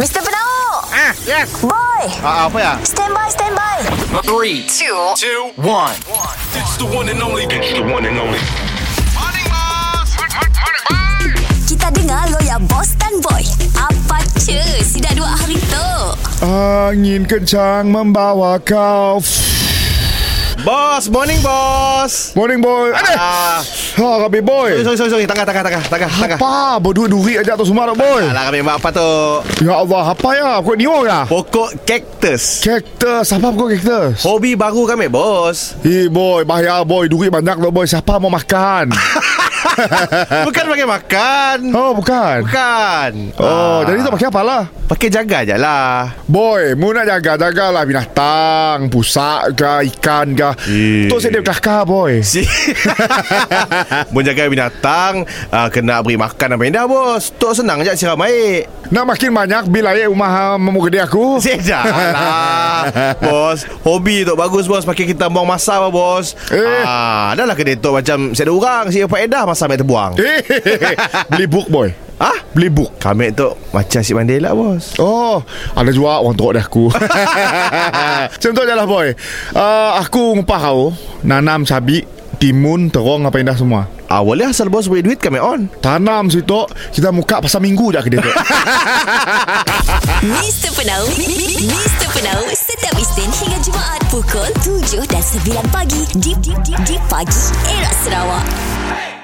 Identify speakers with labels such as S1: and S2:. S1: Mr. Penau
S2: Ah, yes.
S1: Boy
S2: Ah, ah, apa ya?
S1: Stand by, stand by
S3: Three, two, two, one.
S4: It's the one and only. It's the one and only.
S1: Kita dengar lo ya Boss dan Boy Apa cu Si dah dua hari tu
S5: Angin kencang membawa kau
S2: Bos, morning bos.
S5: Morning boy Aduh
S2: Ah,
S5: Ha Rabi boy
S2: sorry, sorry, sorry. Tangkah, tangkah, tangkah, tangkah, tangkah.
S5: Apa Berduri ajak tu semua tu boy
S2: Alah, kami buat apa tu?
S5: Ya Allah Apa ya Kau ni orang ya?
S2: Pokok kaktus.
S5: Kaktus Siapa kau kaktus
S2: Hobi baru kami, bos.
S5: Eh boy Bahaya boy Duri banyak tu boy Siapa mau makan
S2: Bukan pakai makan.
S5: Oh
S2: Ha.
S5: bukan
S2: Bukan. Ah,
S5: Oh jadi tu pakai apa lah
S2: pakai jaga je lah.
S5: Boy Mu nak jaga-jaga lah Binatang Pusak ke Ikan ke
S2: Eh.
S5: Tu sedap kakak boy
S2: Si Menjaga binatang uh, Kena beri makan apa indah bos Tok senang je siram air
S5: Nak makin banyak Bila ayat rumah Memuk gede aku
S2: Sih lah Bos Hobi tok bagus bos Pakai kita buang masa apa bos
S5: Eh.
S2: ah, Dah lah kedai tok macam Saya ada orang Saya faedah masa ambil terbuang
S5: Eh, Beli book boy
S2: Ah,
S5: Beli book
S2: Kami tu macam si Mandela bos.
S5: Oh Ada juga orang teruk dah aku Contoh je lah boy uh, Aku ngumpah kau Nanam cabi Timun Terong apa indah semua
S2: Ah, boleh asal bos boleh duit kami on.
S5: Tanam situ Kita buka pasar minggu je kedai tu
S1: Mr. Penau Mr. Penau Setiap Isnin hingga Jumaat Pukul 7 dan 9 pagi Di, di, di, di pagi Era Sarawak